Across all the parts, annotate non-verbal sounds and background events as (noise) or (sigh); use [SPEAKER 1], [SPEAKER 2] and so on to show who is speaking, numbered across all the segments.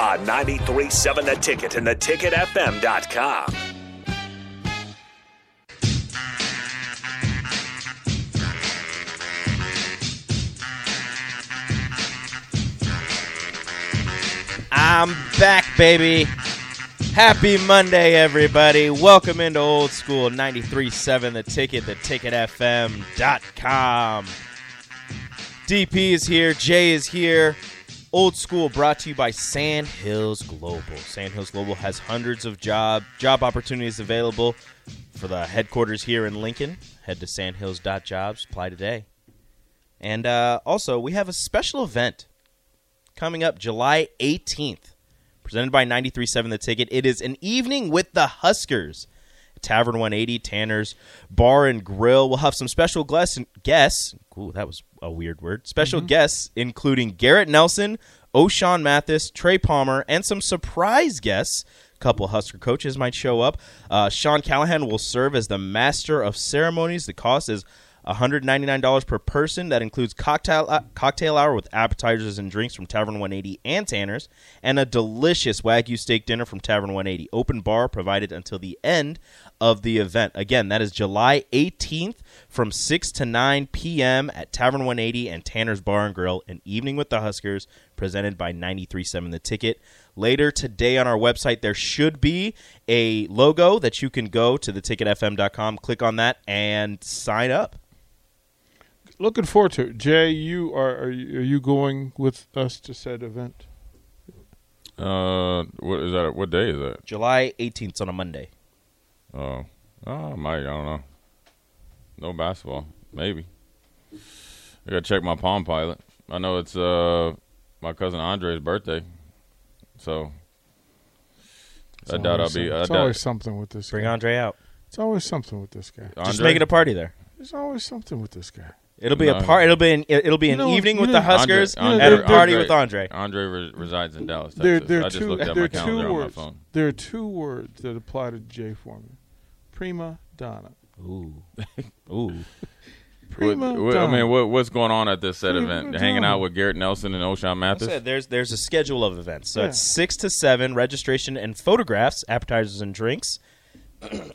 [SPEAKER 1] on 93.7 The Ticket and theticketfm.com.
[SPEAKER 2] I'm back, baby. Happy Monday, everybody. Welcome into Old School 93.7 The Ticket, theticketfm.com. DP is here. Jay is here. Old School brought to you by Sand Hills Global. Sand Hills Global has hundreds of job job opportunities available for the headquarters here in Lincoln. Head to sandhills.jobs. Apply today. And uh, also, we have a special event coming up July 18th. Presented by 93.7 The Ticket, it is an evening with the Huskers. Tavern 180, Tanner's Bar and Grill. We'll have some special guests. guests ooh, that was a weird word. Special guests, including Garrett Nelson, O'Shawn Mathis, Trey Palmer, and some surprise guests. A couple Husker coaches might show up. Uh, Sean Callahan will serve as the master of ceremonies. The cost is $199 per person. That includes cocktail uh, cocktail hour with appetizers and drinks from Tavern 180 and Tanner's, and a delicious Wagyu steak dinner from Tavern 180. Open bar provided until the end of the event. Again, that is July 18th from 6 to 9 p.m. at Tavern 180 and Tanner's Bar and Grill, an evening with the Huskers, presented by 93.7 The Ticket. Later today on our website, there should be a logo that you can go to theticketfm.com, click on that, and sign up.
[SPEAKER 3] looking forward to it. Jay, you are are you, are you going with us to said event?
[SPEAKER 4] Uh, what is that? What day is that?
[SPEAKER 2] July 18th on a Monday.
[SPEAKER 4] Oh, oh, my, I don't know. No basketball, maybe. I gotta check my Palm Pilot. I know it's uh my cousin Andre's birthday, so I doubt I'll
[SPEAKER 3] always
[SPEAKER 4] be.
[SPEAKER 3] some-
[SPEAKER 4] I
[SPEAKER 3] It's
[SPEAKER 4] doubt
[SPEAKER 3] always something with this
[SPEAKER 2] Bring
[SPEAKER 3] guy.
[SPEAKER 2] Andre out.
[SPEAKER 3] It's always something with this guy.
[SPEAKER 2] Just
[SPEAKER 4] Andre?
[SPEAKER 2] make it a party there.
[SPEAKER 3] There's always something with this guy.
[SPEAKER 2] It'll be a
[SPEAKER 4] No.
[SPEAKER 2] part. It'll be an it'll be an
[SPEAKER 3] You know-
[SPEAKER 2] evening
[SPEAKER 3] you
[SPEAKER 2] with
[SPEAKER 3] know-
[SPEAKER 2] the Huskers
[SPEAKER 3] Andre-
[SPEAKER 2] at a
[SPEAKER 3] Andre-
[SPEAKER 2] party with Andre.
[SPEAKER 4] Andre re- resides in Dallas, Texas.
[SPEAKER 3] There, there
[SPEAKER 4] I
[SPEAKER 3] are
[SPEAKER 4] just
[SPEAKER 3] two.
[SPEAKER 4] looked
[SPEAKER 3] There
[SPEAKER 4] at my
[SPEAKER 3] are two
[SPEAKER 4] calendar on my
[SPEAKER 3] words.
[SPEAKER 4] phone.
[SPEAKER 3] There are two words that apply to Jay Foreman. Prima donna.
[SPEAKER 2] Ooh, ooh.
[SPEAKER 4] What,
[SPEAKER 3] Prima
[SPEAKER 4] what- I
[SPEAKER 3] donna.
[SPEAKER 4] mean, what, what's going on at this said
[SPEAKER 3] Prima
[SPEAKER 4] event? Hanging out
[SPEAKER 3] donna.
[SPEAKER 4] with Garrett Nelson and O'Shawn Mathis.
[SPEAKER 2] said there's there's a schedule of events. So
[SPEAKER 3] Yeah.
[SPEAKER 2] it's six to seven registration and photographs, appetizers and drinks.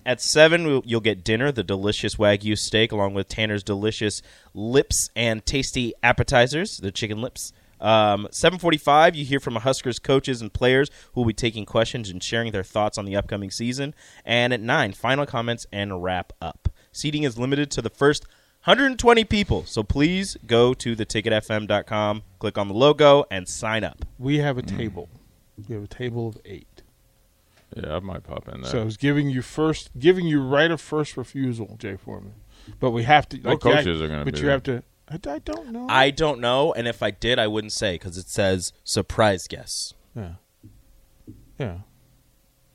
[SPEAKER 2] At seven, we'll- you'll get dinner, the delicious wagyu steak, along with Tanner's delicious lips and tasty appetizers, the chicken lips. Um, 7:45, you hear from Huskers coaches and players who will be taking questions and sharing their thoughts on the upcoming season. And at nine, final comments and wrap up. Seating is limited to the first 120 people, so please go to theticketfm.com, click on the logo, and sign up.
[SPEAKER 3] we have
[SPEAKER 4] Hmm.
[SPEAKER 3] a table. We have a table of eight.
[SPEAKER 4] yeah, I might pop in there.
[SPEAKER 3] So I was giving you first, giving you right of first refusal, Jay Foreman. But we have to.
[SPEAKER 4] What
[SPEAKER 3] like,
[SPEAKER 4] coaches
[SPEAKER 3] I,
[SPEAKER 4] are gonna
[SPEAKER 3] But
[SPEAKER 4] be
[SPEAKER 3] you
[SPEAKER 4] there?
[SPEAKER 3] have to. I, I don't know.
[SPEAKER 2] I don't know, and if I did, I wouldn't say because it says surprise guests.
[SPEAKER 3] Yeah. Yeah.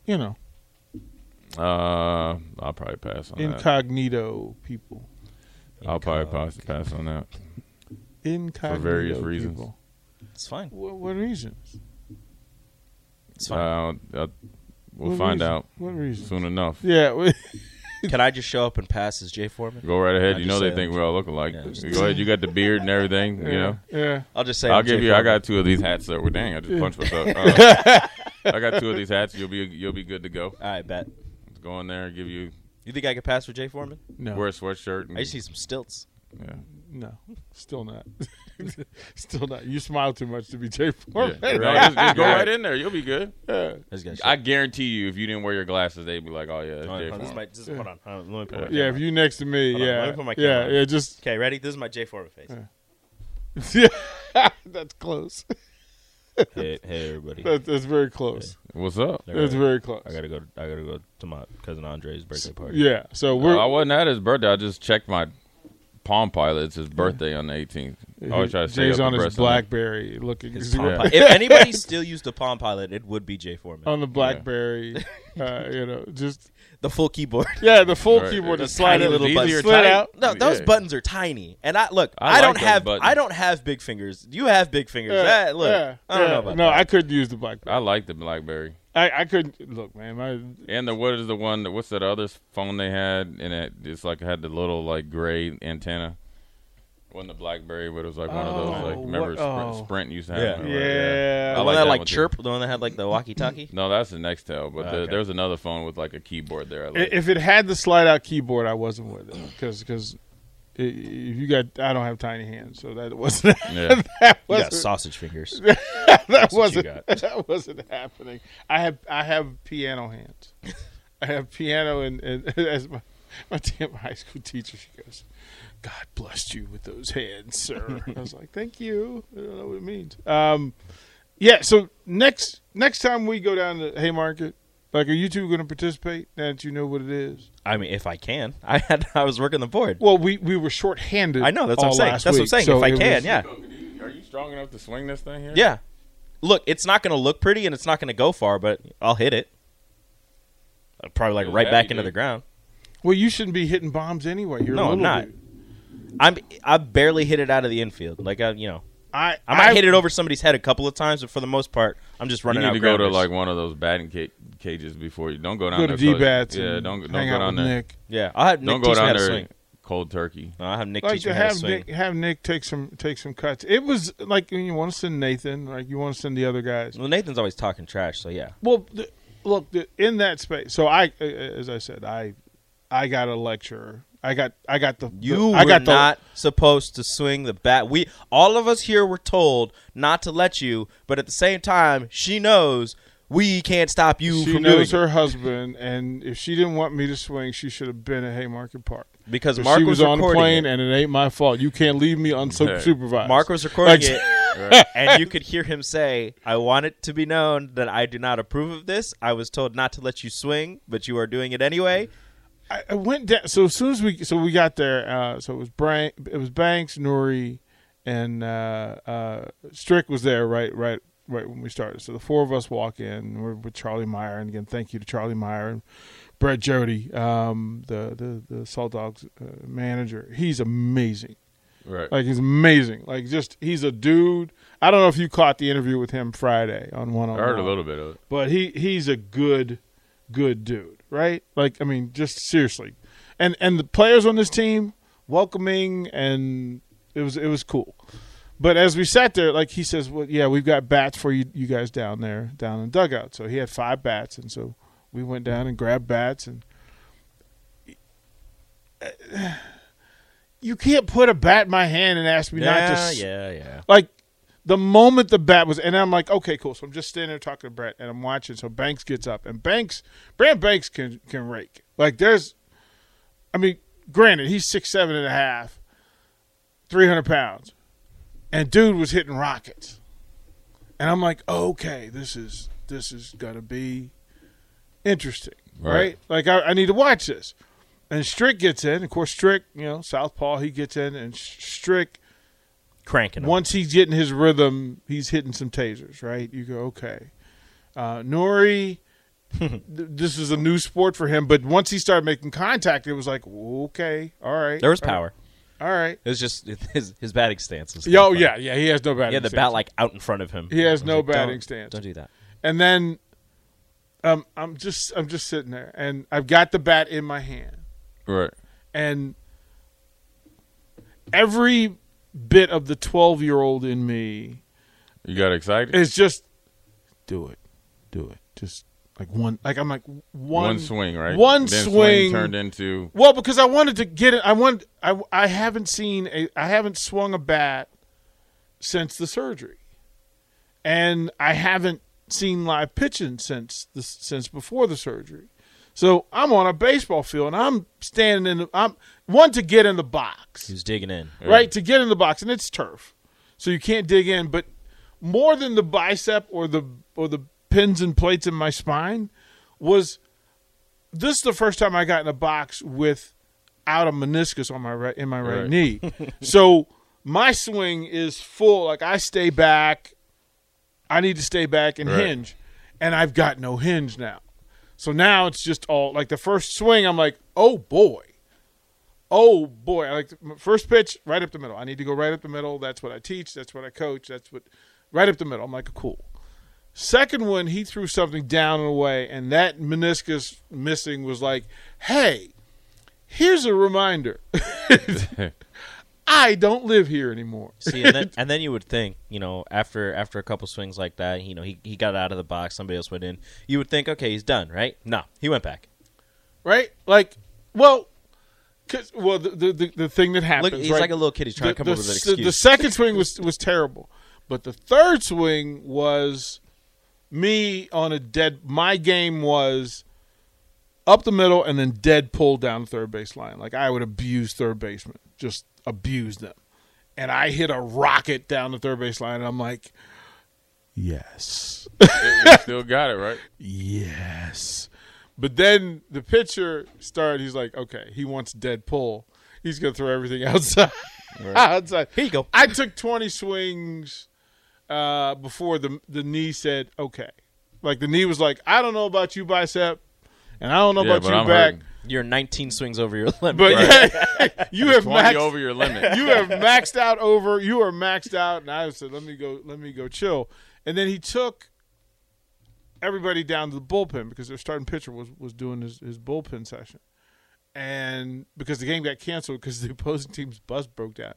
[SPEAKER 3] You know,
[SPEAKER 4] uh, I'll probably pass on that.
[SPEAKER 3] incognito people.
[SPEAKER 4] I'll probably pass, pass on that.
[SPEAKER 3] Incognito
[SPEAKER 4] various reasons.
[SPEAKER 3] people.
[SPEAKER 2] It's fine.
[SPEAKER 3] What, what reasons?
[SPEAKER 2] It's fine.
[SPEAKER 4] Uh, I'll- we'll
[SPEAKER 3] What
[SPEAKER 4] find
[SPEAKER 3] reason-
[SPEAKER 4] out
[SPEAKER 3] What reasons?
[SPEAKER 4] soon enough.
[SPEAKER 3] Yeah. (laughs) we-
[SPEAKER 2] Can I just show up and pass as Jay Foreman?
[SPEAKER 4] Go right ahead.
[SPEAKER 2] I
[SPEAKER 4] You
[SPEAKER 2] just
[SPEAKER 4] know they
[SPEAKER 2] say
[SPEAKER 4] think we all look alike.
[SPEAKER 2] Yeah.
[SPEAKER 4] Go ahead. You got the beard and everything. You know.
[SPEAKER 3] yeah.
[SPEAKER 2] I'll just say
[SPEAKER 4] I'll
[SPEAKER 2] I'm
[SPEAKER 4] give
[SPEAKER 2] Jay
[SPEAKER 4] you. I
[SPEAKER 2] Foreman.
[SPEAKER 4] got two of these hats that were. Dang, I just punched myself.
[SPEAKER 3] (laughs)
[SPEAKER 4] Uh, I got two of these hats. You'll be. You'll be good to go.
[SPEAKER 2] All right, bet.
[SPEAKER 4] Go in there. Give you.
[SPEAKER 2] You think I could pass for Jay Foreman?
[SPEAKER 3] No.
[SPEAKER 4] Wear a sweatshirt. And,
[SPEAKER 2] I just need some stilts. (laughs)
[SPEAKER 4] yeah.
[SPEAKER 3] No. Still not. (laughs) Still not. You smile too much to be Jay
[SPEAKER 4] Yeah.
[SPEAKER 3] Foreman. (laughs)
[SPEAKER 4] No, just, just go right in there. You'll be good.
[SPEAKER 2] I just got.
[SPEAKER 4] I guarantee you, if you didn't wear your glasses, they'd be like, "Oh yeah, it's Jay
[SPEAKER 2] this is
[SPEAKER 4] Foreman.
[SPEAKER 2] my. This is, hold on. Hold on, Let me put my
[SPEAKER 3] Yeah. If you next to me,
[SPEAKER 2] Hold on,
[SPEAKER 3] yeah.
[SPEAKER 2] let me put my
[SPEAKER 3] yeah.
[SPEAKER 2] camera on.
[SPEAKER 3] Yeah. Just. (laughs)
[SPEAKER 2] Okay, ready? This is my Jay Foreman face.
[SPEAKER 3] Yeah. That's close. (laughs)
[SPEAKER 2] Hey, hey, everybody.
[SPEAKER 3] That, that's very close.
[SPEAKER 4] What's up?"
[SPEAKER 2] I
[SPEAKER 3] That's
[SPEAKER 2] gotta-
[SPEAKER 3] very close.
[SPEAKER 2] I gotta go. I gotta go to my cousin Andre's birthday party.
[SPEAKER 3] Yeah. So
[SPEAKER 4] Uh,
[SPEAKER 3] we're.
[SPEAKER 4] I wasn't at his birthday. I just checked my Palm Pilot. It's his birthday on the 18th. Always try to stay
[SPEAKER 3] Jay's
[SPEAKER 4] up
[SPEAKER 3] on
[SPEAKER 4] abreast
[SPEAKER 3] his
[SPEAKER 4] of them.
[SPEAKER 3] BlackBerry looking
[SPEAKER 2] His
[SPEAKER 3] zero-
[SPEAKER 2] Palm Pilot. If anybody (laughs) still used a Palm Pilot, it would be Jay Foreman.
[SPEAKER 3] on
[SPEAKER 2] (laughs)
[SPEAKER 3] the BlackBerry. uh, you know, just
[SPEAKER 2] the full keyboard.
[SPEAKER 3] yeah, the full
[SPEAKER 4] Right,
[SPEAKER 3] keyboard
[SPEAKER 4] the
[SPEAKER 3] is sliding
[SPEAKER 2] (laughs) tiny little
[SPEAKER 3] slid
[SPEAKER 2] buttons.
[SPEAKER 3] out.
[SPEAKER 2] No, those
[SPEAKER 4] Yeah.
[SPEAKER 2] buttons are tiny. And I look,
[SPEAKER 4] I
[SPEAKER 2] I,
[SPEAKER 4] like
[SPEAKER 2] don't
[SPEAKER 4] those
[SPEAKER 2] have
[SPEAKER 4] buttons.
[SPEAKER 2] I don't have big fingers. You have big fingers.
[SPEAKER 3] Yeah,
[SPEAKER 2] Ah, look,
[SPEAKER 3] yeah,
[SPEAKER 2] I don't
[SPEAKER 3] yeah.
[SPEAKER 2] know about
[SPEAKER 3] no,
[SPEAKER 2] that. Uh,
[SPEAKER 3] I couldn't use the BlackBerry.
[SPEAKER 4] I like the BlackBerry.
[SPEAKER 3] I, I couldn't look, man. My,
[SPEAKER 4] And the what is the one that what's that other s- phone they had and it it's like had the little like gray antenna. Wasn't the BlackBerry, but it was like one of those like
[SPEAKER 3] Oh,
[SPEAKER 4] remember
[SPEAKER 3] what-
[SPEAKER 4] Sprint,
[SPEAKER 3] oh.
[SPEAKER 4] Sprint used to
[SPEAKER 2] Yeah.
[SPEAKER 4] have. them, right?
[SPEAKER 3] Yeah.
[SPEAKER 4] I
[SPEAKER 3] The
[SPEAKER 2] the
[SPEAKER 4] like
[SPEAKER 2] one that
[SPEAKER 4] that
[SPEAKER 2] like
[SPEAKER 4] one, too.
[SPEAKER 2] chirp, the one that had like the walkie
[SPEAKER 4] (laughs)
[SPEAKER 2] talkie.
[SPEAKER 4] No, that's the Nextel, but the,
[SPEAKER 2] Okay.
[SPEAKER 4] there's another phone with like a keyboard there. I
[SPEAKER 3] i-
[SPEAKER 4] like.
[SPEAKER 3] if it had the slide out keyboard, I wasn't with it because because if you got, I don't have tiny hands, so that wasn't (laughs)
[SPEAKER 4] yeah.
[SPEAKER 3] that
[SPEAKER 2] You got
[SPEAKER 3] wasn't
[SPEAKER 2] sausage
[SPEAKER 4] (laughs)
[SPEAKER 2] fingers.
[SPEAKER 3] that
[SPEAKER 2] what you
[SPEAKER 3] wasn't (laughs) that wasn't happening. I have I have piano hands. I have piano and, and (laughs) as my my damn high school teacher, she goes, "God blessed you with those hands, sir." I was like, "Thank you." I don't know what it means. Um, yeah. So next next time we go down to Haymarket, like, are you two going to participate? Now that you know what it is.
[SPEAKER 2] I mean, if I can, (laughs) I had I was working the board.
[SPEAKER 3] Well, we we were shorthanded.
[SPEAKER 2] I know that's what I'm
[SPEAKER 3] all
[SPEAKER 2] saying.
[SPEAKER 3] last
[SPEAKER 2] That's what I'm
[SPEAKER 3] week,
[SPEAKER 2] saying.
[SPEAKER 3] so
[SPEAKER 2] if I
[SPEAKER 3] it
[SPEAKER 2] can,
[SPEAKER 3] was-
[SPEAKER 2] yeah,
[SPEAKER 3] (laughs)
[SPEAKER 4] Are you strong enough to swing this thing here?
[SPEAKER 2] yeah. Look, it's not going to look pretty and it's not going to go far, but I'll hit it. I'll probably like
[SPEAKER 4] Yeah,
[SPEAKER 2] right
[SPEAKER 4] you
[SPEAKER 2] back into
[SPEAKER 4] do.
[SPEAKER 2] the ground.
[SPEAKER 3] Well, you shouldn't be hitting bombs anyway. You're a
[SPEAKER 2] No, I'm
[SPEAKER 3] little
[SPEAKER 2] not.
[SPEAKER 3] dude.
[SPEAKER 2] I'm I barely hit it out of the infield. Like I, you know,
[SPEAKER 3] I
[SPEAKER 2] I might hit it over somebody's head a couple of times, but for the most part, I'm just
[SPEAKER 4] You
[SPEAKER 2] running
[SPEAKER 4] need
[SPEAKER 2] out.
[SPEAKER 4] to go to
[SPEAKER 2] grounders.
[SPEAKER 4] like one of those batting ca- cages before you don't go down
[SPEAKER 3] Go to
[SPEAKER 4] there.
[SPEAKER 3] D
[SPEAKER 4] cold-
[SPEAKER 3] bats.
[SPEAKER 4] Yeah,
[SPEAKER 3] and
[SPEAKER 4] don't don't
[SPEAKER 3] hang
[SPEAKER 4] go
[SPEAKER 3] out
[SPEAKER 4] down
[SPEAKER 3] with
[SPEAKER 4] there.
[SPEAKER 3] Nick.
[SPEAKER 2] yeah, I'll have Nick
[SPEAKER 4] Don't go
[SPEAKER 2] teach me how
[SPEAKER 4] down
[SPEAKER 2] to
[SPEAKER 4] there
[SPEAKER 2] swing.
[SPEAKER 4] cold turkey.
[SPEAKER 2] No, I'll have Nick
[SPEAKER 3] like
[SPEAKER 2] teach me
[SPEAKER 3] to
[SPEAKER 2] how to
[SPEAKER 3] have
[SPEAKER 2] swing.
[SPEAKER 3] Nick have Nick take some take some cuts. It was like you want to send Nathan, like you want to send the other guys.
[SPEAKER 2] Well, Nathan's always talking trash, so yeah.
[SPEAKER 3] Well, the, look the, in that space. So I, uh, as I said, I, I got a lecturer. I got I got the
[SPEAKER 2] You
[SPEAKER 3] I
[SPEAKER 2] were
[SPEAKER 3] got the-
[SPEAKER 2] not supposed to swing the bat. We all of us here were told not to let you, but at the same time, she knows we can't stop you
[SPEAKER 3] she
[SPEAKER 2] from
[SPEAKER 3] knows
[SPEAKER 2] doing
[SPEAKER 3] her husband, and if she didn't want me to swing, she should have been at Haymarket Park.
[SPEAKER 2] it because
[SPEAKER 3] But
[SPEAKER 2] Mark
[SPEAKER 3] she was, on a
[SPEAKER 2] recording
[SPEAKER 3] plane,
[SPEAKER 2] it.
[SPEAKER 3] and it ain't my fault. You can't leave me unsupervised.
[SPEAKER 2] Mark was recording
[SPEAKER 3] Like- (laughs)
[SPEAKER 2] it, and you could hear him say, "I want it to be known that I do not approve of this. I was told not to let you swing, but you are doing it anyway."
[SPEAKER 3] I, I went down. So as soon as we so we got there, uh, so it was Bran- it was Banks, Nuri, and uh, uh, Strick was there right right right when we started. So the four of us walk in. We're with Charlie Meyer, and again, thank you to Charlie Meyer and Brett Jody, um, the the the Salt Dogs uh, manager. He's amazing.
[SPEAKER 4] Right.
[SPEAKER 3] Like he's amazing. Like just he's a dude. I don't know if you caught the interview with him Friday on one
[SPEAKER 4] I
[SPEAKER 3] on
[SPEAKER 4] heard a little bit of it.
[SPEAKER 3] but he he's a good good dude right like i mean just seriously and and the players on this team welcoming and it was it was cool but as we sat there like he says well yeah we've got bats for you you guys down there down in the dugout so he had five bats and so we went down and grabbed bats and (sighs) you can't put a bat in my hand and ask me
[SPEAKER 2] yeah,
[SPEAKER 3] not to s-
[SPEAKER 2] yeah, yeah.
[SPEAKER 3] like the moment the bat was, and I'm like, okay, cool. So I'm just standing there talking to Brett, and I'm watching. So Banks gets up, and Banks, Brad Banks can can rake. Like there's, I mean, granted he's six seven and a half, three hundred pounds, and dude was hitting rockets, and I'm like, okay, this is this is gonna be interesting,
[SPEAKER 4] Right.
[SPEAKER 3] right? Like I, I need to watch this. And Strick gets in. Of course, Strick, you know, Southpaw, he gets in, and Strick
[SPEAKER 2] Cranking. 'em.
[SPEAKER 3] once he's getting his rhythm, he's hitting some tasers, right? You go, okay. Uh,
[SPEAKER 2] (laughs)
[SPEAKER 3] Nori, th- this is a new sport for him, but once he started making contact, it was like, okay, all right.
[SPEAKER 2] There was
[SPEAKER 3] all right,
[SPEAKER 2] power.
[SPEAKER 3] All right.
[SPEAKER 2] It was just (laughs) his his batting stance. Was
[SPEAKER 3] Yo,
[SPEAKER 2] kinda
[SPEAKER 3] yeah,
[SPEAKER 2] funny.
[SPEAKER 3] yeah, he has no batting
[SPEAKER 2] He had the
[SPEAKER 3] stance.
[SPEAKER 2] bat like out in front of him.
[SPEAKER 3] He has
[SPEAKER 2] I was
[SPEAKER 3] no
[SPEAKER 2] like,
[SPEAKER 3] batting
[SPEAKER 2] "Don't-
[SPEAKER 3] stance."
[SPEAKER 2] Don't do that.
[SPEAKER 3] And then um, I'm just I'm just sitting there and I've got the bat in my hand.
[SPEAKER 4] Right.
[SPEAKER 3] and every bit of the 12 year old in me
[SPEAKER 4] You got excited.
[SPEAKER 3] is just do it do it just like one like i'm like one,
[SPEAKER 4] one, swing, right?
[SPEAKER 3] one
[SPEAKER 4] Then
[SPEAKER 3] swing- (laughs)
[SPEAKER 4] turned into
[SPEAKER 3] well because i wanted to get it i want i i haven't seen a i haven't swung a bat since the surgery and i haven't seen live pitching since the since before the surgery so i'm on a baseball field and i'm standing in the, i'm one to get in the box
[SPEAKER 2] He was digging in.
[SPEAKER 3] right to get in the box and it's turf so you can't dig in but more than the bicep or the or the pins and plates in my spine was this is the first time i got in a box with out a meniscus on my right in my right,
[SPEAKER 4] Right.
[SPEAKER 3] knee so my swing is full. Like I stay back. I need to stay back and
[SPEAKER 4] Right.
[SPEAKER 3] hinge. And I've got no hinge now. So now it's just all like the first swing, I'm like, oh boy. Oh boy. I like the my first pitch, right up the middle. I need to go right up the middle. That's what I teach. That's what I coach. That's what right up the middle. I'm like, cool. Second one, he threw something down and away, and that meniscus missing was like, hey, here's a reminder. (laughs) I don't live here anymore.
[SPEAKER 2] See, and
[SPEAKER 3] (laughs)
[SPEAKER 2] then, and then you would think, you know, after after a couple swings like that, you know, he, he got out of the box, somebody else went in. You would think, okay, he's done, right? No, he went back.
[SPEAKER 3] right? Like, well, 'cause- well, the, the the the thing that happens.
[SPEAKER 2] Look, he's
[SPEAKER 3] right?
[SPEAKER 2] like a little kid. He's trying to come up with an
[SPEAKER 3] s-
[SPEAKER 2] excuse. (laughs)
[SPEAKER 3] The second swing was was terrible, but the third swing was me on a dead. My game was up the middle and then dead pull down third base line. Like I would abuse third baseman, just abuse them, and I hit a rocket down the third base line, and I'm like, yes.
[SPEAKER 4] You still got it, right?
[SPEAKER 3] yes. But then the pitcher started. He's like, okay, he wants dead pull. He's gonna throw everything (laughs) outside. outside.
[SPEAKER 2] Here you go.
[SPEAKER 3] I took twenty swings uh, before the the knee said okay. Like the knee was like, I don't know about you bicep, and I don't know
[SPEAKER 4] Yeah,
[SPEAKER 3] about
[SPEAKER 4] but
[SPEAKER 3] you
[SPEAKER 4] I'm
[SPEAKER 3] back,
[SPEAKER 4] hurting.
[SPEAKER 2] You're 19 swings over your (laughs) limit.
[SPEAKER 3] but yeah, (laughs) you have
[SPEAKER 4] Twenty
[SPEAKER 3] maxed
[SPEAKER 4] over your
[SPEAKER 3] (laughs)
[SPEAKER 4] limit.
[SPEAKER 3] you have maxed out over you are maxed out and i said let me go let me go chill and then he took everybody down to the bullpen because their starting pitcher was was doing his, his bullpen session and because the game got canceled because the opposing team's bus broke down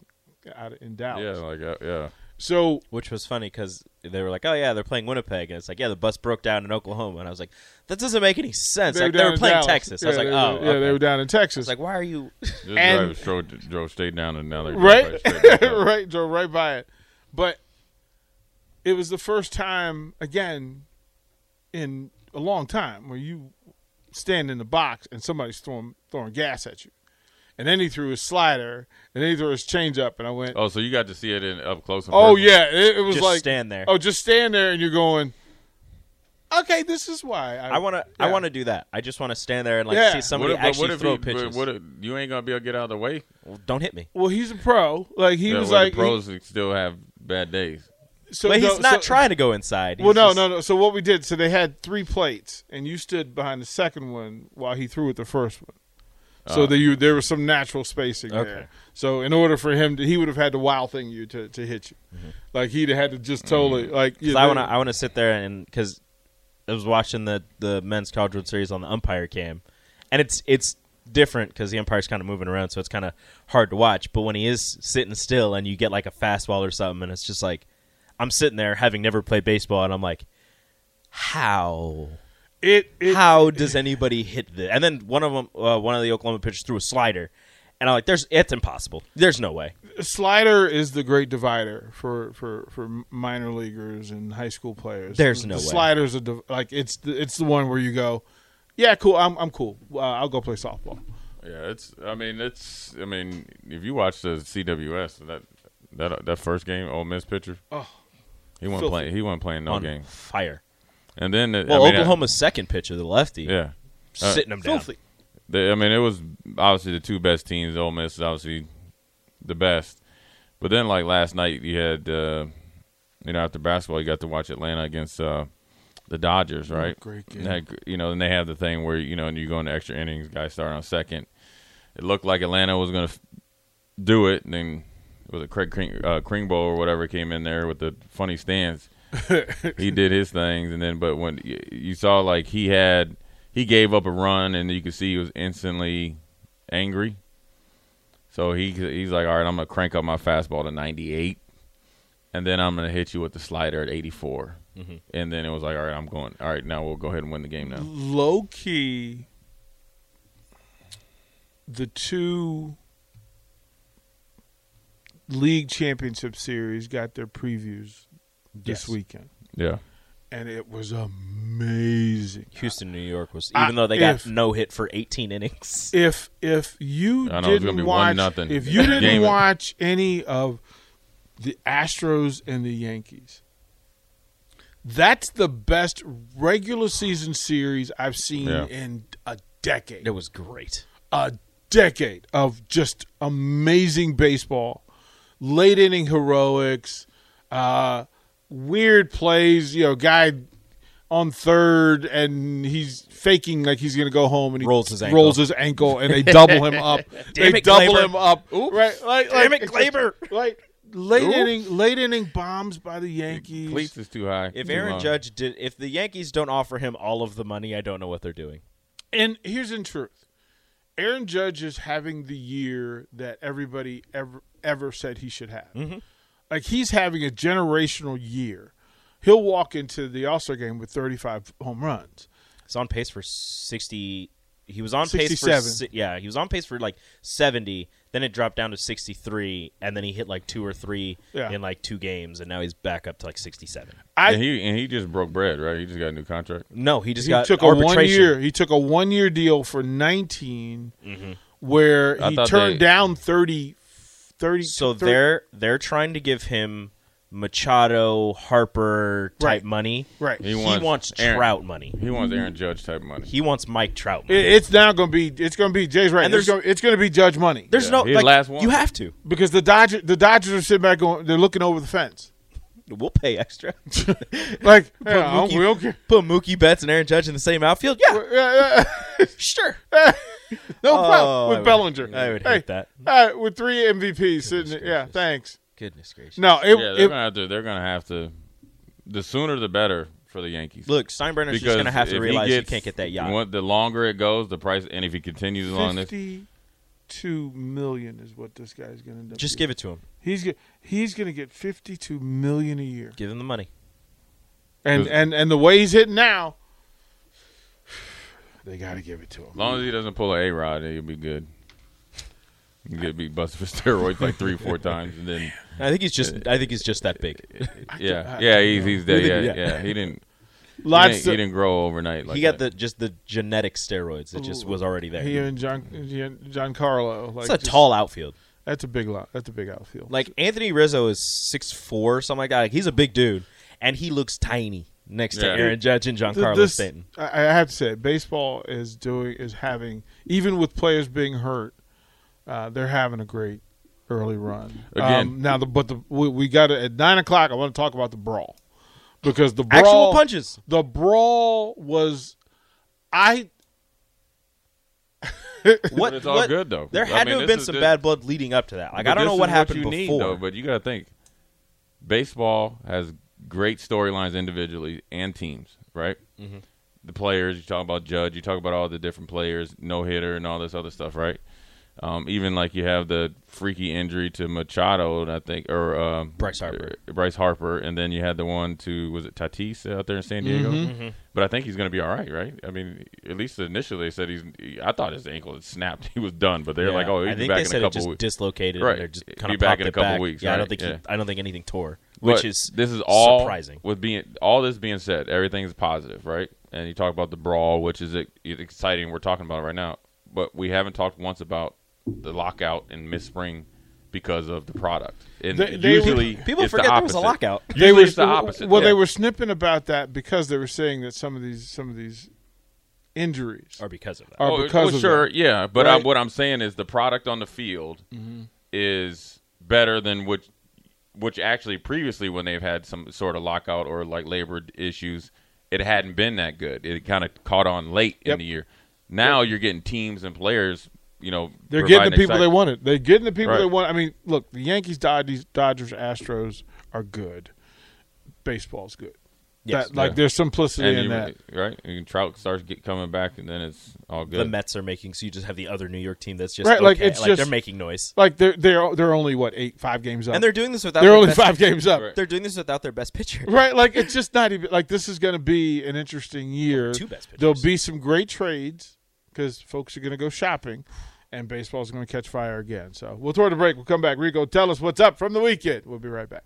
[SPEAKER 3] out in
[SPEAKER 4] yeah,
[SPEAKER 3] dallas
[SPEAKER 4] like uh, yeah.
[SPEAKER 3] so
[SPEAKER 2] Which was funny because they were like, oh, yeah, they're playing Winnipeg. And it's like, yeah, the bus broke down in Oklahoma. And I was like, that doesn't make any sense. like, they
[SPEAKER 3] down
[SPEAKER 2] were
[SPEAKER 3] in
[SPEAKER 2] playing
[SPEAKER 3] Dallas.
[SPEAKER 2] Texas. I was
[SPEAKER 3] Yeah,
[SPEAKER 2] like,
[SPEAKER 3] they
[SPEAKER 2] oh,
[SPEAKER 3] were- yeah they
[SPEAKER 2] okay."
[SPEAKER 3] were down in texas
[SPEAKER 2] It's like, why are
[SPEAKER 3] (laughs)
[SPEAKER 2] you.
[SPEAKER 4] Just
[SPEAKER 3] And-
[SPEAKER 4] drove, strode- drove straight down and now they're
[SPEAKER 3] right,
[SPEAKER 4] straight back
[SPEAKER 3] (laughs)
[SPEAKER 4] up.
[SPEAKER 3] right, drove right by it. But it was the first time again in a long time where you stand in the box and somebody's throwing throwing gas at you. And then he threw his slider, and then he threw his changeup, and I went, "Oh,
[SPEAKER 4] Oh, so you got to see it in up close. And personal.
[SPEAKER 3] yeah." It, it was
[SPEAKER 2] Just
[SPEAKER 3] like
[SPEAKER 2] stand there.
[SPEAKER 3] Oh, just stand there, and you're going, "Okay, this is why I,
[SPEAKER 2] I want to. I
[SPEAKER 3] yeah.
[SPEAKER 2] want to do that. I just want to stand there and like
[SPEAKER 3] Yeah.
[SPEAKER 2] see somebody
[SPEAKER 4] what if, but
[SPEAKER 2] actually
[SPEAKER 4] what if
[SPEAKER 2] throw
[SPEAKER 4] he, but
[SPEAKER 2] pitches.
[SPEAKER 4] What if, you ain't gonna be able to get out of the way.
[SPEAKER 2] Well, don't hit me.
[SPEAKER 3] Well, he's a pro. Like he
[SPEAKER 4] Yeah,
[SPEAKER 3] was
[SPEAKER 4] well,
[SPEAKER 3] like,
[SPEAKER 4] the pros still have bad days.
[SPEAKER 3] so,
[SPEAKER 2] But he's
[SPEAKER 3] no,
[SPEAKER 2] not
[SPEAKER 3] so-
[SPEAKER 2] trying to go inside.
[SPEAKER 3] Well,
[SPEAKER 2] He's
[SPEAKER 3] no,
[SPEAKER 2] just-
[SPEAKER 3] no, no. So what we did, so they had three plates, and you stood behind the second one while he threw at the first one. So that you there was some natural spacing
[SPEAKER 2] Uh. Okay.
[SPEAKER 3] there. So in order for him to, he would have had to wow thing you to, to hit you, like he'd have had to just totally like. you
[SPEAKER 2] Mm-hmm. 'Cause I
[SPEAKER 3] know-
[SPEAKER 2] want to. I want to sit there and because I was watching the the men's college world series on the umpire cam, and it's it's different because the umpire's kind of moving around, so it's kind of hard to watch. But when he is sitting still and you get like a fastball or something, and it's just like I'm sitting there having never played baseball, and I'm like, how.
[SPEAKER 3] it, it (laughs)
[SPEAKER 2] How does anybody hit this? And then one of them, uh, one of the Oklahoma pitchers threw a slider, and I'm like, "There's, it's impossible. There's no way."
[SPEAKER 3] slider is the great divider for for for minor leaguers and high school players.
[SPEAKER 2] There's
[SPEAKER 3] the
[SPEAKER 2] no way.
[SPEAKER 3] sliders are div- like it's the, it's the one where you go, yeah, cool, I'm I'm cool. Uh, I'll go play softball.
[SPEAKER 4] Yeah, it's. I mean, it's. I mean, if you watch the CWS that that that first game, Ole Miss pitcher. Oh, he wasn't
[SPEAKER 3] filthy.
[SPEAKER 4] playing. He wasn't playing no
[SPEAKER 2] on
[SPEAKER 4] game.
[SPEAKER 2] fire.
[SPEAKER 4] And then the,
[SPEAKER 2] Well,
[SPEAKER 4] I mean, I-
[SPEAKER 2] Oklahoma's second pitcher, the lefty,
[SPEAKER 4] yeah. Uh,
[SPEAKER 2] sitting him down.
[SPEAKER 3] Filthy.
[SPEAKER 4] They, I mean, it was obviously the two best teams. Ole Miss is obviously the best, but then like last night, you had uh, you know after basketball, you got to watch Atlanta against uh, the Dodgers, right?
[SPEAKER 3] great game.
[SPEAKER 4] And that- you know, and they have the thing where you know, and you go into extra innings, guys starting on second. It looked like Atlanta was going to f- do it, and then was it Craig Kring, uh, Kringbo or whatever came in there with the
[SPEAKER 2] (laughs)
[SPEAKER 4] funny stance he did his things, and then but when you, you saw like he had he gave up a run, and you could see he was instantly angry. So he he's like, all right, I'm gonna crank up my fastball to 98, and then I'm gonna hit you with the slider at 84,
[SPEAKER 2] Mm-hmm.
[SPEAKER 4] and then it was like, all right, I'm going, all right, now we'll go ahead and win the game
[SPEAKER 3] Mm-hmm.
[SPEAKER 4] now.
[SPEAKER 3] low key the two league championship series got their previews this
[SPEAKER 2] Yes.
[SPEAKER 3] weekend
[SPEAKER 4] Yeah,
[SPEAKER 3] and it was amazing
[SPEAKER 2] Houston, New York was
[SPEAKER 3] I-
[SPEAKER 2] even though they got
[SPEAKER 3] if-
[SPEAKER 2] no hit for 18 innings. (laughs)
[SPEAKER 3] if if you
[SPEAKER 4] I know, it's gonna be
[SPEAKER 3] didn't
[SPEAKER 4] one
[SPEAKER 3] watch
[SPEAKER 4] nothing.
[SPEAKER 3] if you didn't
[SPEAKER 4] Game it.
[SPEAKER 3] watch any of the Astros and the Yankees that's the best regular season series I've seen
[SPEAKER 4] Yeah.
[SPEAKER 3] in a decade
[SPEAKER 2] It was great.
[SPEAKER 3] a decade of just amazing baseball late inning heroics, uh, weird plays. You know, guy on third and he's faking like he's going to go home and he
[SPEAKER 2] Rolls his ankle.
[SPEAKER 3] rolls his ankle and they double him
[SPEAKER 2] (laughs)
[SPEAKER 3] up.
[SPEAKER 2] Damn
[SPEAKER 3] they
[SPEAKER 2] it,
[SPEAKER 3] double
[SPEAKER 2] Gleyber.
[SPEAKER 3] him up. Right? Like,
[SPEAKER 2] Damn
[SPEAKER 3] like-
[SPEAKER 2] it, Gleyber.
[SPEAKER 3] Like late
[SPEAKER 4] Oops.
[SPEAKER 3] inning, late inning bombs by the Yankees.
[SPEAKER 4] Cleats is too high.
[SPEAKER 2] If
[SPEAKER 4] too
[SPEAKER 2] Aaron
[SPEAKER 4] long.
[SPEAKER 2] Judge did, if the Yankees don't offer him all of the money, I don't know what they're doing.
[SPEAKER 3] And here's in truth. Aaron Judge is having the year that everybody ever ever said he should have.
[SPEAKER 2] Mm-hmm.
[SPEAKER 3] Like he's having a generational year. He'll walk into the All Star game with 35 home runs.
[SPEAKER 2] He's on pace for sixty. He was on pace
[SPEAKER 3] 67.
[SPEAKER 2] for si- yeah. He was on pace for like seventy. Then it dropped down to sixty three, and then he hit like two or three
[SPEAKER 3] Yeah.
[SPEAKER 2] in like two games, and now he's back up to like sixty seven.
[SPEAKER 3] I
[SPEAKER 4] and he and he just broke bread, right? He just got a new contract.
[SPEAKER 2] No, he just
[SPEAKER 3] he
[SPEAKER 2] got
[SPEAKER 3] took a
[SPEAKER 2] arbitration.
[SPEAKER 3] one year. He took a one year deal for 19,
[SPEAKER 2] Mm-hmm.
[SPEAKER 3] where
[SPEAKER 4] I
[SPEAKER 3] he
[SPEAKER 4] thought
[SPEAKER 3] turned
[SPEAKER 4] they-
[SPEAKER 3] down 30. 30
[SPEAKER 2] So
[SPEAKER 3] 30
[SPEAKER 2] they're they're trying to give him Machado, Harper type
[SPEAKER 3] Right.
[SPEAKER 2] money.
[SPEAKER 3] right.
[SPEAKER 4] He
[SPEAKER 2] He
[SPEAKER 4] wants
[SPEAKER 2] wants,
[SPEAKER 4] Aaron-
[SPEAKER 2] Trout money.
[SPEAKER 4] He wants Aaron Judge type money.
[SPEAKER 2] He wants Mike Trout money.
[SPEAKER 3] It- it's now going to be. It's going to be Jay's right.
[SPEAKER 2] And
[SPEAKER 3] It's
[SPEAKER 2] there's-
[SPEAKER 3] gonna, it's going to be Judge money
[SPEAKER 2] There's
[SPEAKER 4] Yeah,
[SPEAKER 2] no
[SPEAKER 4] he's
[SPEAKER 2] like,
[SPEAKER 4] last one.
[SPEAKER 2] You have to.
[SPEAKER 3] because the Dodgers the Dodgers are sitting back going. They're looking over the fence.
[SPEAKER 2] We'll pay
[SPEAKER 3] (laughs)
[SPEAKER 2] extra. (laughs)
[SPEAKER 3] Like
[SPEAKER 2] Put
[SPEAKER 3] yeah,
[SPEAKER 2] Mookie-
[SPEAKER 3] we don't care.
[SPEAKER 2] Put Mookie Betts and Aaron Judge in the same outfield. Yeah,
[SPEAKER 3] (laughs) Yeah, yeah.
[SPEAKER 2] sure.
[SPEAKER 3] no
[SPEAKER 2] Oh,
[SPEAKER 3] problem with
[SPEAKER 2] I would-
[SPEAKER 3] Bellinger.
[SPEAKER 2] I would
[SPEAKER 3] hey,
[SPEAKER 2] hate that.
[SPEAKER 3] all right, with three MVPs sitting. Yeah, thanks.
[SPEAKER 2] Goodness gracious.
[SPEAKER 3] No, it,
[SPEAKER 4] yeah, they're
[SPEAKER 3] it-
[SPEAKER 4] gonna have to. They're gonna have to. The sooner the better for the Yankees.
[SPEAKER 2] Look, Steinbrenner's just going to have to
[SPEAKER 4] if he
[SPEAKER 2] realize
[SPEAKER 4] gets-
[SPEAKER 2] he can't get that yacht.
[SPEAKER 4] What, the longer it goes, the price, and if he continues along this,
[SPEAKER 3] fifty-two million is what this guy's going to end up.
[SPEAKER 2] Just
[SPEAKER 3] getting.
[SPEAKER 2] give it to him.
[SPEAKER 3] he's go- he's going to get fifty-two million a year,
[SPEAKER 2] Give him the money.
[SPEAKER 3] and
[SPEAKER 4] Cause-
[SPEAKER 3] and and the way he's hitting now, (sighs) they got to give it to him.
[SPEAKER 4] as long as he doesn't pull a A Rod, he'll be good. He'll Get be busted for (laughs) steroids like three,
[SPEAKER 2] (laughs)
[SPEAKER 4] four times, and then
[SPEAKER 2] I think he's
[SPEAKER 4] Uh,
[SPEAKER 2] just. I think he's just that big.
[SPEAKER 4] yeah, yeah, he's he's dead.
[SPEAKER 2] You
[SPEAKER 4] Yeah,
[SPEAKER 2] think-
[SPEAKER 4] yeah,
[SPEAKER 2] yeah.
[SPEAKER 4] He didn't. he,
[SPEAKER 3] Lots
[SPEAKER 4] didn't he
[SPEAKER 3] of
[SPEAKER 4] didn't grow overnight. Like
[SPEAKER 2] he got
[SPEAKER 4] that.
[SPEAKER 2] the just the genetic steroids. It just was already there.
[SPEAKER 3] he and John he and John Carlo. Like
[SPEAKER 2] it's a
[SPEAKER 3] just-
[SPEAKER 2] tall outfield.
[SPEAKER 3] That's a big lot. That's a big outfield.
[SPEAKER 2] Like Anthony Rizzo is six four, something like that. Like, he's a big dude, and he looks tiny next
[SPEAKER 4] Yeah.
[SPEAKER 2] to Aaron Judge and John
[SPEAKER 3] Th-
[SPEAKER 2] Carlos Stanton.
[SPEAKER 3] I I have to say, baseball is doing is having even with players being hurt, uh, they're having a great early run.
[SPEAKER 4] Again.
[SPEAKER 3] um, now the but the we, we got to at nine o'clock. I want to talk about the brawl because the brawl,
[SPEAKER 2] Actual punches.
[SPEAKER 3] The brawl was, I
[SPEAKER 2] What?
[SPEAKER 4] But (laughs) it's all
[SPEAKER 2] what-
[SPEAKER 4] good, though.
[SPEAKER 2] There
[SPEAKER 4] I
[SPEAKER 2] had
[SPEAKER 4] mean,
[SPEAKER 2] to have
[SPEAKER 4] this
[SPEAKER 2] been
[SPEAKER 4] is
[SPEAKER 2] some
[SPEAKER 4] the-
[SPEAKER 2] bad blood leading up to that. Like I
[SPEAKER 4] But
[SPEAKER 2] don't
[SPEAKER 4] this
[SPEAKER 2] know
[SPEAKER 4] is
[SPEAKER 2] what happened
[SPEAKER 4] you need,
[SPEAKER 2] before.
[SPEAKER 4] though, but you got to think, baseball has great storylines individually and teams, right? Mm-hmm. The players you talk about, Judge, you talk about all the different players, no hitter, and all this other stuff, right? Um, even like you have the freaky injury to Machado, and I think, or um,
[SPEAKER 2] Bryce Harper.
[SPEAKER 4] uh, Bryce Harper, and then you had the one to was it Tatis out there in San Diego?
[SPEAKER 2] Mm-hmm.
[SPEAKER 4] But I think he's going to be all right, right? I mean, at least initially they said he's. I thought his ankle had snapped, (laughs) he was done, but they're
[SPEAKER 2] Yeah.
[SPEAKER 4] like, oh, he'll
[SPEAKER 2] I
[SPEAKER 4] be
[SPEAKER 2] think
[SPEAKER 4] back
[SPEAKER 2] they
[SPEAKER 4] in
[SPEAKER 2] said
[SPEAKER 4] a
[SPEAKER 2] it
[SPEAKER 4] couple
[SPEAKER 2] just
[SPEAKER 4] weeks.
[SPEAKER 2] dislocated.
[SPEAKER 4] Right.
[SPEAKER 2] And they're just
[SPEAKER 4] It'd
[SPEAKER 2] kind
[SPEAKER 4] be
[SPEAKER 2] of
[SPEAKER 4] back
[SPEAKER 2] popped
[SPEAKER 4] in a
[SPEAKER 2] it
[SPEAKER 4] couple
[SPEAKER 2] back.
[SPEAKER 4] weeks,
[SPEAKER 2] Yeah, I
[SPEAKER 4] right,
[SPEAKER 2] don't think he-
[SPEAKER 4] yeah.
[SPEAKER 2] I don't think anything tore, which
[SPEAKER 4] But
[SPEAKER 2] is
[SPEAKER 4] this is all
[SPEAKER 2] surprising.
[SPEAKER 4] with being all this being said, everything's positive, right? And you talk about the brawl, which is e- exciting. We're talking about it right now, but we haven't talked once about the lockout in mid spring because of the product. And
[SPEAKER 3] They- they were-
[SPEAKER 4] usually
[SPEAKER 2] People
[SPEAKER 4] it's
[SPEAKER 2] forget
[SPEAKER 4] the
[SPEAKER 2] there was
[SPEAKER 4] opposite.
[SPEAKER 2] a lockout.
[SPEAKER 4] Usually
[SPEAKER 3] were
[SPEAKER 4] it's the opposite.
[SPEAKER 3] Well,
[SPEAKER 4] yeah.
[SPEAKER 3] they were snipping about that because they were saying that some of these some of these injuries
[SPEAKER 2] or because of that.
[SPEAKER 3] are
[SPEAKER 4] Oh,
[SPEAKER 3] because
[SPEAKER 4] well,
[SPEAKER 3] of
[SPEAKER 4] sure,
[SPEAKER 3] that.
[SPEAKER 4] yeah. But I,
[SPEAKER 3] Right. Mm-hmm.
[SPEAKER 4] what I'm saying is the product on the field is better than which, which actually previously when they've had some sort of lockout or like labor issues, it hadn't been that good. It kind of caught on late
[SPEAKER 3] Yep.
[SPEAKER 4] in the year. Now you're getting teams and players. You know,
[SPEAKER 3] They're
[SPEAKER 4] providing
[SPEAKER 3] getting the people
[SPEAKER 4] excite-
[SPEAKER 3] they wanted. They're getting the people
[SPEAKER 4] Right.
[SPEAKER 3] they want. I mean, look, the Yankees, Dodgers, Dodgers, Astros are good. Baseball's good.
[SPEAKER 2] Yes.
[SPEAKER 3] that, like
[SPEAKER 4] Yeah.
[SPEAKER 3] there's simplicity
[SPEAKER 4] And
[SPEAKER 3] in
[SPEAKER 4] you-
[SPEAKER 3] that.
[SPEAKER 4] right? And Trout starts get coming back, and then it's all good.
[SPEAKER 2] the Mets are making, so you just have the other New York team that's just
[SPEAKER 3] Right, like,
[SPEAKER 2] okay.
[SPEAKER 3] it's just-
[SPEAKER 2] they're making noise,
[SPEAKER 3] Like they're they're they're only what eight five games up,
[SPEAKER 2] and they're doing this without.
[SPEAKER 3] They're
[SPEAKER 2] their
[SPEAKER 3] only
[SPEAKER 2] best-
[SPEAKER 3] five games up. Right.
[SPEAKER 4] Right.
[SPEAKER 2] They're doing this without their best pitcher.
[SPEAKER 3] Like
[SPEAKER 2] (laughs)
[SPEAKER 3] it's just not even like this is going to be an interesting year.
[SPEAKER 2] two best pitchers.
[SPEAKER 3] There'll be some great trades because folks are going to go shopping, and baseball's going to catch fire again. So we'll throw the break. We'll come back. Rico, tell us what's up from the weekend. We'll be right back.